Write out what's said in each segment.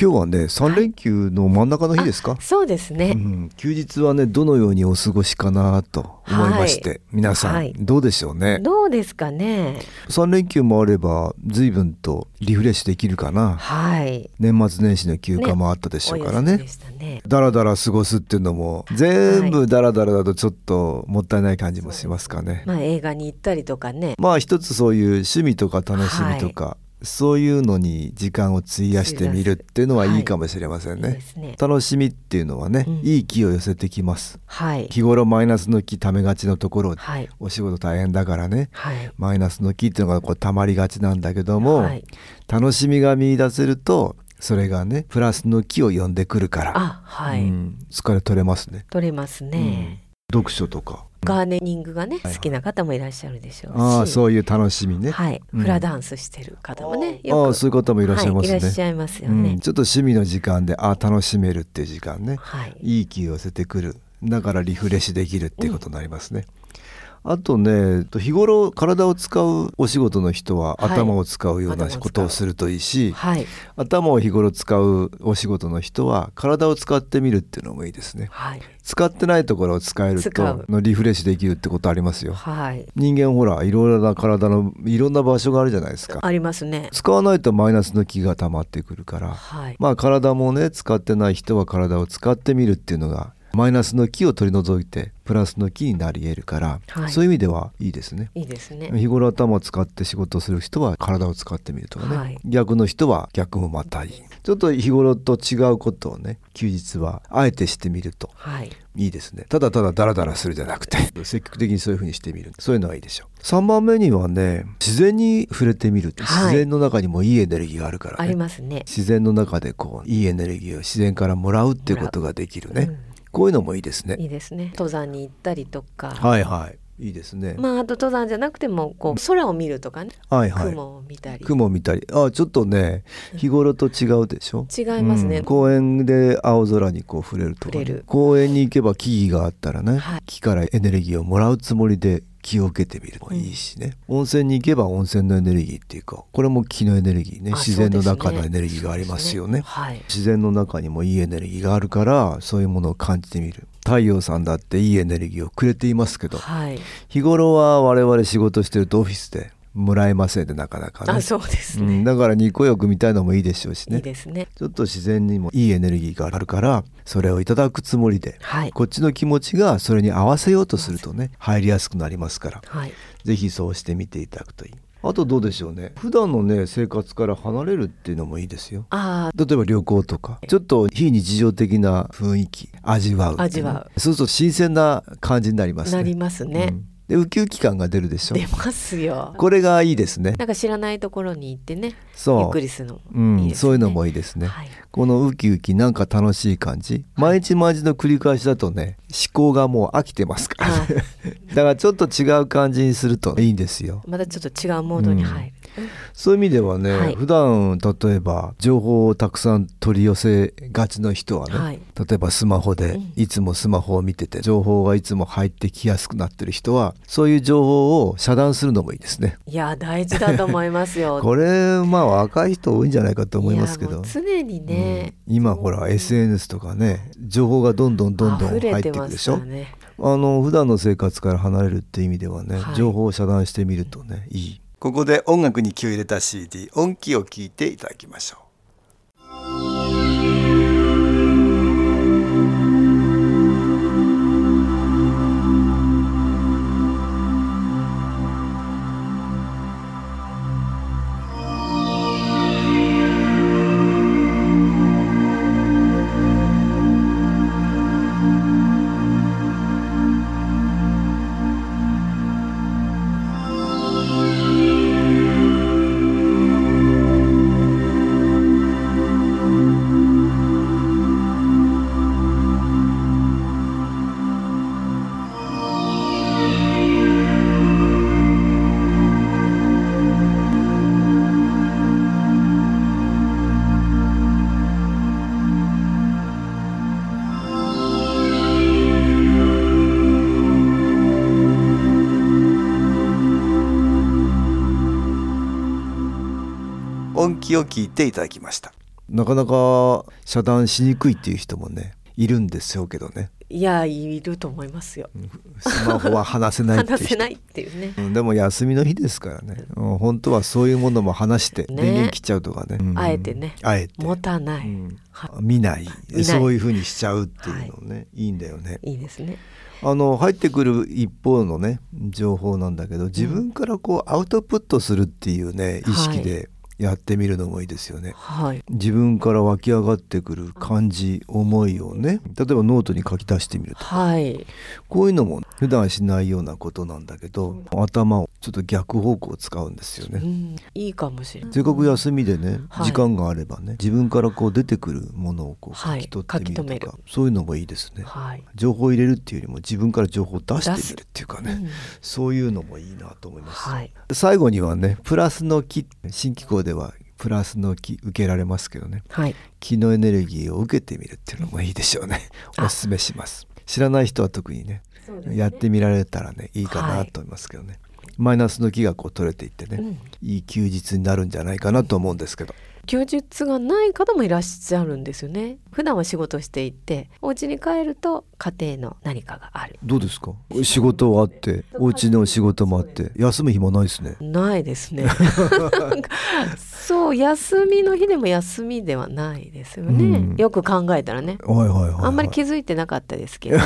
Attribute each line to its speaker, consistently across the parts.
Speaker 1: 今日はね三連休の真ん中の日ですか、
Speaker 2: そうですね。
Speaker 1: うん、休日はねどのようにお過ごしかなと思いまして、
Speaker 2: はい
Speaker 1: 皆さん、
Speaker 2: はい
Speaker 1: どうでしょうね
Speaker 2: どうですかね。
Speaker 1: 3連休もあれば随分とリフレッシュできるかな
Speaker 2: はい。
Speaker 1: 年末年始の休暇もあったでしょうからね
Speaker 2: お休みでしたね。
Speaker 1: だらだら過ごすっていうのも全部だらだらだとちょっともったいない感じもしますかね、
Speaker 2: まあ映画に行ったりとかね。
Speaker 1: まあ一つそういう趣味とか楽しみとか、そういうのに時間を費やしてみるっていうのはいいかもしれませんね、
Speaker 2: はいいいですね
Speaker 1: 楽しみっていうのはね、
Speaker 2: うん
Speaker 1: いい気を寄せてきます
Speaker 2: はい。
Speaker 1: 日頃マイナスの気ためがちのところ、
Speaker 2: はい。
Speaker 1: お仕事大変だからね
Speaker 2: はい。
Speaker 1: マイナスの気っていうのがこう溜まりがちなんだけども、
Speaker 2: はい
Speaker 1: 楽しみが見出せるとそれがねプラスの気を呼んでくるから、
Speaker 2: あ、はい。
Speaker 1: うん疲れ取れますね、
Speaker 2: 取れますね。
Speaker 1: うん読書とか
Speaker 2: ガーデニングがね、
Speaker 1: はい
Speaker 2: 好きな方もいらっしゃるでしょうし。
Speaker 1: ああそういう楽しみね、
Speaker 2: はい。
Speaker 1: うん
Speaker 2: フラダンスしてる方もね、よく
Speaker 1: ああそういう方もいらっしゃいますね、
Speaker 2: はい、いらっしゃいますよ
Speaker 1: う
Speaker 2: ね
Speaker 1: ん、。ちょっと趣味の時間であ楽しめるっていう時間ね
Speaker 2: はい。
Speaker 1: いい気を寄せてくるだからリフレッシュできるっていうことになりますね。あとね日頃体を使うお仕事の人は
Speaker 2: はい
Speaker 1: 頭を使うような
Speaker 2: 頭を使う
Speaker 1: ことをするといいし、
Speaker 2: はい。
Speaker 1: 頭を日頃使うお仕事の人は体を使ってみるっていうのもいいですね。
Speaker 2: はい。
Speaker 1: 使ってないところを使える
Speaker 2: 使
Speaker 1: と
Speaker 2: う
Speaker 1: のリフレッシュできるってことありますよ。
Speaker 2: はい。
Speaker 1: 人間ほらいろいろな体のいろんな場所があるじゃないですか。
Speaker 2: ありますね。
Speaker 1: 使わないとマイナスの気が溜まってくるから、
Speaker 2: はい。
Speaker 1: まあ体もね使ってない人は体を使ってみるっていうのがマイナスの気を取り除いてプラスの気になり得るから、
Speaker 2: はい
Speaker 1: そういう意味ではいいですね。
Speaker 2: いいですね。
Speaker 1: 日頃頭を使って仕事をする人は体を使ってみるとかね、
Speaker 2: はい
Speaker 1: 逆の人は逆もまたいいちょっと日頃と違うことをね休日はあえてしてみると
Speaker 2: はい。
Speaker 1: いいですねただただダラダラするじゃなくて積極的にそういうふうにしてみるそういうのはいいでしょう3番目にはね自然に触れてみるって、
Speaker 2: はい
Speaker 1: 自然の中にもいいエネルギーがあるから
Speaker 2: あ
Speaker 1: ね
Speaker 2: りますね。
Speaker 1: 自然の中でこういいエネルギーを自然からもらうっていうことができるね、
Speaker 2: もらううん
Speaker 1: こういうのもいいですね
Speaker 2: いいですね。登山に行ったりとか。
Speaker 1: はいはいいいですね、
Speaker 2: まあ、あと登山じゃなくてもこう空を見るとかね、
Speaker 1: はいはい
Speaker 2: 雲を見たり
Speaker 1: 雲見たりあちょっとね日頃と違うでしょ
Speaker 2: 違いますね、
Speaker 1: うん公園で青空にこう触れるとかね、
Speaker 2: 触れる
Speaker 1: 公園に行けば木々があったらね、
Speaker 2: はい
Speaker 1: 木からエネルギーをもらうつもりで気を受けてみるもいいしね、温泉に行けば温泉のエネルギーっていうかこれも気のエネルギーね
Speaker 2: あ
Speaker 1: 自然の中
Speaker 2: そう
Speaker 1: の
Speaker 2: ですね
Speaker 1: エネルギーがありますよね
Speaker 2: はい
Speaker 1: 自然の中にもいいエネルギーがあるからそういうものを感じてみる太陽さんだっていいエネルギーをくれていますけど
Speaker 2: はい
Speaker 1: 日頃は我々仕事してるとオフィスでもらえませんでなかなかね
Speaker 2: あそうです
Speaker 1: うん
Speaker 2: ね、
Speaker 1: だから日光浴みたいのもいいでしょうし
Speaker 2: い
Speaker 1: ね
Speaker 2: いですね
Speaker 1: ちょっと自然にもいいエネルギーがあるからそれをいただくつもりで、
Speaker 2: はい
Speaker 1: こっちの気持ちがそれに合わせようとするとね入りやすくなりますから
Speaker 2: はい
Speaker 1: ぜひそうしてみていただくといいあとどうでしょうね普段のね生活から離れるっていうのもいいですよ
Speaker 2: あ
Speaker 1: 例えば旅行とかちょっと非日常的な雰囲気味わうってい
Speaker 2: 味
Speaker 1: うの
Speaker 2: わ
Speaker 1: そうすると新鮮な感じになりま
Speaker 2: あ
Speaker 1: すね
Speaker 2: なりますね
Speaker 1: う、んでウキウキ感が出るでしょ
Speaker 2: 出ますよ
Speaker 1: これがいいですね
Speaker 2: なんか知らないところに行ってね
Speaker 1: そう
Speaker 2: ゆっくりするの
Speaker 1: う
Speaker 2: もいい
Speaker 1: ん
Speaker 2: ですね、
Speaker 1: そういうのもいいですね、
Speaker 2: はい
Speaker 1: このウキウキなんか楽しい感じ毎日毎日の繰り返しだとね思考がもう飽きてますから、ね だからちょっと違う感じにするといいんですよ
Speaker 2: またちょっと違うモードに入る、
Speaker 1: そういう意味ではね、
Speaker 2: はい
Speaker 1: 普段例えば情報をたくさん取り寄せがちの人はね、
Speaker 2: はい
Speaker 1: 例えばスマホで
Speaker 2: うん
Speaker 1: いつもスマホを見てて情報がいつも入ってきやすくなってる人はそういう情報を遮断するのもいいですね
Speaker 2: いや大事だと思いますよ
Speaker 1: これまあ若い人多いんじゃないかと思いますけ
Speaker 2: やも
Speaker 1: ど
Speaker 2: う常にね、
Speaker 1: うん今ほら SNS とかね情報がどんどんどんどん入
Speaker 2: 溢れ
Speaker 1: って
Speaker 2: て
Speaker 1: いく
Speaker 2: ま
Speaker 1: でし
Speaker 2: すか
Speaker 1: ょ
Speaker 2: らね
Speaker 1: あの普段の生活から離れるって意味ではね、
Speaker 2: はい
Speaker 1: 情報を遮断してみるとねいいここで音楽に気を入れた CD 音気を聞いていただきましょう
Speaker 3: きを聞いていただきました
Speaker 1: なかなか遮断しにくいっていう人もねいるんでしょうけどね
Speaker 2: いやいると思いますよ
Speaker 1: スマホは離せないっていう
Speaker 2: 話
Speaker 1: 人
Speaker 2: せないっていうね、
Speaker 1: うんでも休みの日ですからね、うん本当はそういうものも話して
Speaker 2: ね
Speaker 1: 電源切っちゃうとかねうん
Speaker 2: あえてね
Speaker 1: あえて
Speaker 2: 持たな
Speaker 1: う
Speaker 2: い、
Speaker 1: ん
Speaker 2: は
Speaker 1: 見ない
Speaker 2: 見ない
Speaker 1: そういうふうにしちゃうっていうのね、い、いんだよね
Speaker 2: いいですね
Speaker 1: あの入ってくる一方のね情報なんだけど自分からこうアウトプットするっていうね
Speaker 2: はい
Speaker 1: 意識でやってみるのもいいですよね、
Speaker 2: はい
Speaker 1: 自分から湧き上がってくる感じ思いをね例えばノートに書き出してみると
Speaker 2: はい
Speaker 1: こういうのも普段しないようなことなんだけど頭をちょっと逆方向を使うんですよ
Speaker 2: う
Speaker 1: ね
Speaker 2: ん、いいかもしれない
Speaker 1: せっかく休みでね、
Speaker 2: はい
Speaker 1: 時間があればね自分からこう出てくるものをこう書
Speaker 2: はい
Speaker 1: き取ってみるとか、
Speaker 2: 書き留め
Speaker 1: そういうのもいいですね
Speaker 2: はい、
Speaker 1: 情報を入れるっていうよりも自分から情報を出してみるっていうか
Speaker 2: う
Speaker 1: ね、
Speaker 2: ん、
Speaker 1: そういうのもいいなと思います、
Speaker 2: はい
Speaker 1: 最後にはねプラスの気新機構ではプラスの気受けられますけどね
Speaker 2: はい
Speaker 1: 気のエネルギーを受けてみるっていうのもいいでしょうね
Speaker 2: あ
Speaker 1: おすすめします知らない人は特にねやってみられたらねいいかなと思いますけどね、マイナスの気がこう取れていってね、
Speaker 2: うん
Speaker 1: いい休日になるんじゃないかなと思うんですけど、
Speaker 2: 休日がない方もいらっしゃるんですよね普段は仕事していてお家に帰ると家庭の何かがある
Speaker 1: どうですか仕事はあってお家の仕事もあって休む暇ないですね
Speaker 2: ないですねなんかそう休みの日でも休みではないですよね、
Speaker 1: うん
Speaker 2: よく考えたらね
Speaker 1: はいはいはい、はい、
Speaker 2: あんまり気づいてなかったで すけど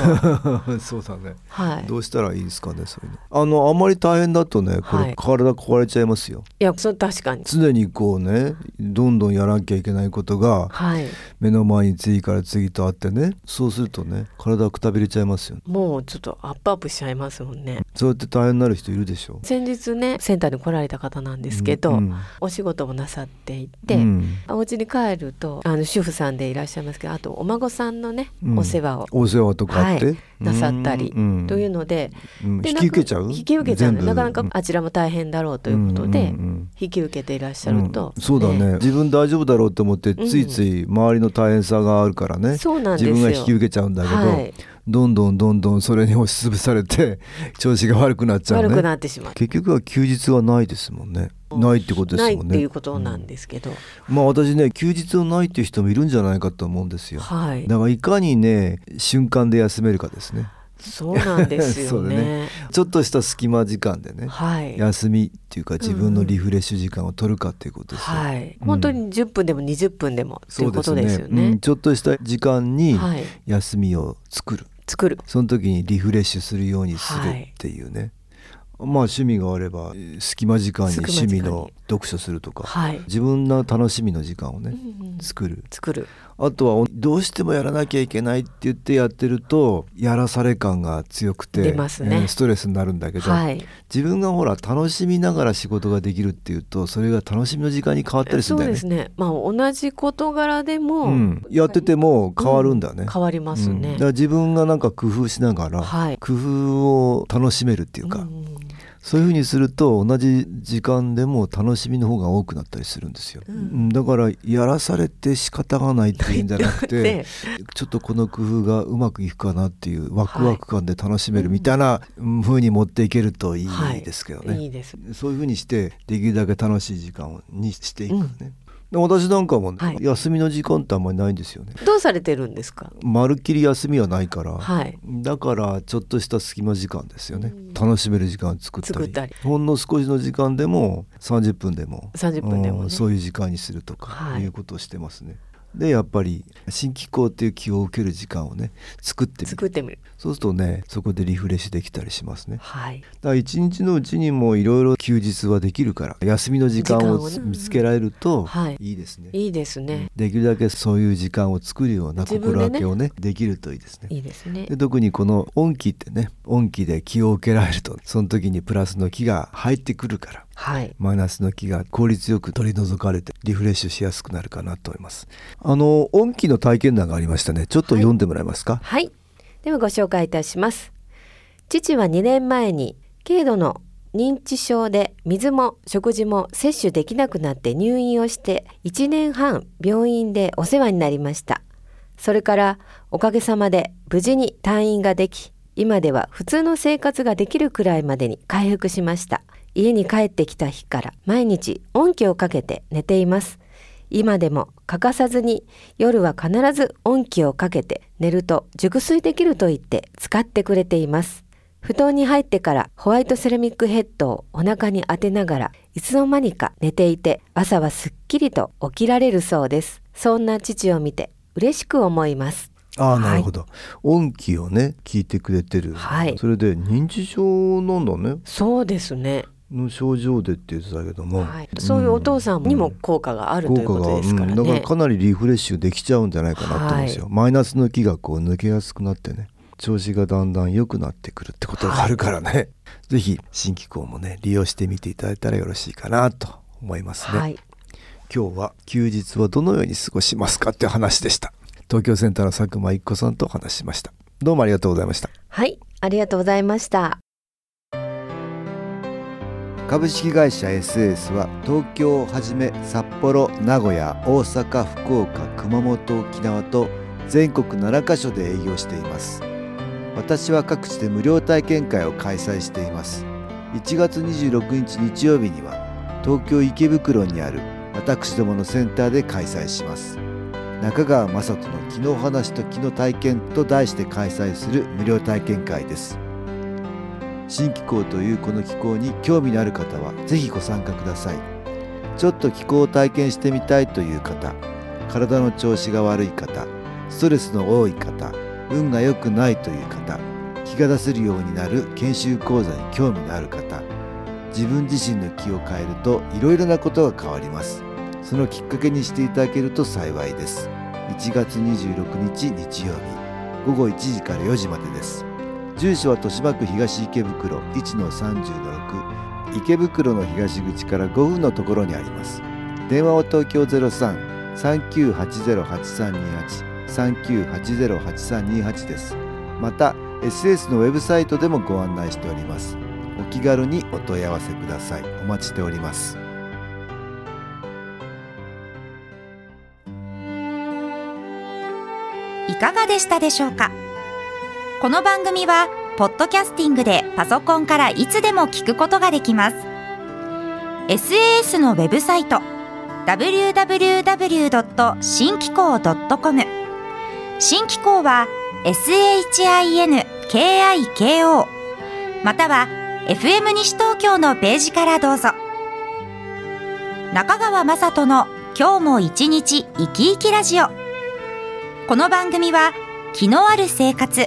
Speaker 1: そうだね
Speaker 2: はい
Speaker 1: どうしたらいいですかねそういうのあのあんまり大変だとねこ
Speaker 2: は
Speaker 1: れ
Speaker 2: い
Speaker 1: 体壊れちゃいますよ、
Speaker 2: いやそう確かに
Speaker 1: 常にこうねどんどんやらなきゃいけないことが
Speaker 2: はい
Speaker 1: 目の前に次から次とあってねそうするとね体くたびれちゃいますよ
Speaker 2: もうちょっとアップアップしちゃいますもんね
Speaker 1: そうやって大変になる人いるでしょ
Speaker 2: 先日ねセンターに来られた方なんですけど、
Speaker 1: うんうん
Speaker 2: お仕事もなさっていて、
Speaker 1: うん
Speaker 2: お家に帰るとあの主婦さんでいらっしゃいますけどあとお孫さんのね、
Speaker 1: うん
Speaker 2: お世話を
Speaker 1: お世話とかあって、
Speaker 2: はいなさったり
Speaker 1: うん
Speaker 2: というので,、
Speaker 1: うん
Speaker 2: で
Speaker 1: 引
Speaker 2: な
Speaker 1: き
Speaker 2: んか
Speaker 1: 受けちゃう
Speaker 2: 引き受けちゃうの
Speaker 1: 全部
Speaker 2: なかなかあちらも大変だろうということで、
Speaker 1: んんん
Speaker 2: 引き受けていらっしゃると、
Speaker 1: うんそうだね自分大丈夫だろうと思ってついつい周りの大変さがあるからね、
Speaker 2: そうなんです
Speaker 1: 自
Speaker 2: よ
Speaker 1: 分が引き受けちゃうんだけど、
Speaker 2: はい、
Speaker 1: どんどんどんどんそれに押しつぶされて 調子が悪くなっちゃう
Speaker 2: 悪
Speaker 1: ね
Speaker 2: くなってしまう
Speaker 1: 結局は休日はないですもんねないってことで
Speaker 2: な
Speaker 1: す
Speaker 2: いっ
Speaker 1: もんね
Speaker 2: ていうことなんですけど、
Speaker 1: まあ私ね休日をないっていう人もいるんじゃないかと思うんですよ
Speaker 2: はい
Speaker 1: だからいかにね瞬間で休めるかですね
Speaker 2: そうなんですよ
Speaker 1: そうだ
Speaker 2: ね
Speaker 1: ねちょっとした隙間時間でね
Speaker 2: はい
Speaker 1: 休みっていうか自分のリフレッシュ時間を取るかっていうことですよ、
Speaker 2: はい、
Speaker 1: うん
Speaker 2: 本当に10分でも20分でもと
Speaker 1: そ
Speaker 2: いうう
Speaker 1: で
Speaker 2: こと
Speaker 1: す
Speaker 2: ですよ
Speaker 1: ね
Speaker 2: ね
Speaker 1: うんちょっとした時間に
Speaker 2: はい
Speaker 1: 休みを作る
Speaker 2: 作る
Speaker 1: その時にリフレッシュするようにするっていうね、まあ趣味があればえー隙間時間に
Speaker 2: 隙間時
Speaker 1: 趣
Speaker 2: 間に
Speaker 1: 味の読書するとか、
Speaker 2: はい、
Speaker 1: 自分の楽しみの時間をね、
Speaker 2: うんうん
Speaker 1: 作る
Speaker 2: 作る
Speaker 1: あとはどうしてもやらなきゃいけないって言ってやってるとやらされ感が強くて
Speaker 2: 出ますね
Speaker 1: えーストレスになるんだけど、
Speaker 2: はい
Speaker 1: 自分がほら楽しみながら仕事ができるっていうとそれが楽しみの時間に変わったりする
Speaker 2: そ
Speaker 1: ん
Speaker 2: う
Speaker 1: だよ
Speaker 2: で
Speaker 1: ね。
Speaker 2: すねまあ同じ事柄でも、
Speaker 1: うん、やってても変わるんだね。
Speaker 2: 変わります
Speaker 1: うん
Speaker 2: ね
Speaker 1: だか、ら自分がなんか工夫しながら、
Speaker 2: はい
Speaker 1: 工夫を楽しめるっていうか、
Speaker 2: うん
Speaker 1: そういうふうにすると同じ時間でも楽しみの方が多くなったりするんですよ、
Speaker 2: うん
Speaker 1: うんだからやらされて仕方がないっていうんじゃなく て
Speaker 2: で
Speaker 1: ちょっとこの工夫がうまくいくかなっていうワクワク感で楽しめるみたいなうん風に持っていけるとい
Speaker 2: は
Speaker 1: い
Speaker 2: い
Speaker 1: ですけどね、
Speaker 2: いいです
Speaker 1: そういうふうにしてできるだけ楽しい時間にしていくね、で私なんかもね、
Speaker 2: はい
Speaker 1: 休みの時間ってあんまりないんですよね
Speaker 2: どうされてるんですか
Speaker 1: まるっきり休みはないから、
Speaker 2: はい
Speaker 1: だからちょっとした隙間時間ですよね、
Speaker 2: うん
Speaker 1: 楽しめる時間を作ったり
Speaker 2: 作ったり
Speaker 1: ほんの少しの時間でも30分でも
Speaker 2: 30分でもね
Speaker 1: うんそういう時間にするとか、
Speaker 2: はい
Speaker 1: い、うことをしてますねでやっぱり新機構っていう気を受ける時間をね作ってみ
Speaker 2: 作っ
Speaker 1: る
Speaker 2: てみる
Speaker 1: そうするとねそこでリフレッシュできたりしますね
Speaker 2: はい
Speaker 1: だから一日のうちにもいろいろ休日はできるから休みの時間を
Speaker 2: 時間をね
Speaker 1: 見つけられると
Speaker 2: はい
Speaker 1: いいですね、
Speaker 2: いいですね、
Speaker 1: できるだけそういう時間を作るような
Speaker 2: 自分
Speaker 1: 心
Speaker 2: でね
Speaker 1: がけをねできるといいですね
Speaker 2: いいですね
Speaker 1: で特にこの恩気ってね恩気で気を受けられるとその時にプラスの気が入ってくるから
Speaker 2: はい
Speaker 1: マイナスの気が効率よく取り除かれてリフレッシュしやすくなるかなと思いますあの恩気の体験談がありましたねちょっと読んでもらえますか、
Speaker 2: はい。ではご紹介いたします。父は2年前に軽度の認知症で水も食事も摂取できなくなって入院をして1年半病院でお世話になりました。それからおかげさまで無事に退院ができ、今では普通の生活ができるくらいまでに回復しました。家に帰ってきた日から毎日恩気をかけて寝ています。今でも欠かさずに夜は必ず温気をかけて寝ると熟睡できると言って使ってくれています布団に入ってからホワイトセラミックヘッドをお腹に当てながらいつの間にか寝ていて朝はすっきりと起きられるそうですそんな父を見て嬉しく思います
Speaker 4: あ
Speaker 2: は
Speaker 4: あ
Speaker 2: い
Speaker 4: なるほど、音気をね聞いてくれてる、
Speaker 2: はい
Speaker 4: それで認知症なんだね
Speaker 2: そうですね、
Speaker 4: の症状でって言ってたけども、
Speaker 2: はい、そういうお父さんにも効果があるということですからね、
Speaker 4: うんだからかなりリフレッシュできちゃうんじゃないかなと思うんですよ、マイナスの気がこう抜けやすくなってね調子がだんだん良くなってくるってことがあるからね、ぜひ新機構もね利用してみていただいたらよろしいかなと思いますね、
Speaker 2: はい、
Speaker 4: 今日は休日はどのように過ごしますかっていう話でした東京センターの佐久間一子さんとお話ししましたどうもありがとうございました
Speaker 2: はい、ありがとうございました
Speaker 1: 株式会社 SS は東京をはじめ札幌名古屋大阪福岡熊本沖縄と全国7カ所で営業しています私は各地で無料体験会を開催しています1月26日日曜日には東京池袋にある私どものセンターで開催します中川雅人の「気の話と気の体験」と題して開催する無料体験会です新機構というこの機構に興味のある方はぜひご参加くださいちょっと気候を体験してみたいという方体の調子が悪い方ストレスの多い方運が良くないという方気が出せるようになる研修講座に興味のある方自分自身の気を変えるといろいろなことが変わりますそのきっかけにしていただけると幸いです1月26日日曜日午後1時から4時までです住所は豊島区東池袋1の30-6池袋の東口から5分のところにあります電話は東京03-3980-8328 3980-8328ですまた SS のウェブサイトでもご案内しておりますお気軽にお問い合わせくださいお待ちしております
Speaker 5: いかがでしたでしょうかこの番組はポッドキャスティングでパソコンからいつでも聞くことができます SAS のウェブサイト www. 新機構 .com 新機構は SHINKIKO または FM 西東京のページからどうぞ中川雅人の今日も一日生き生きラジオこの番組は気のある生活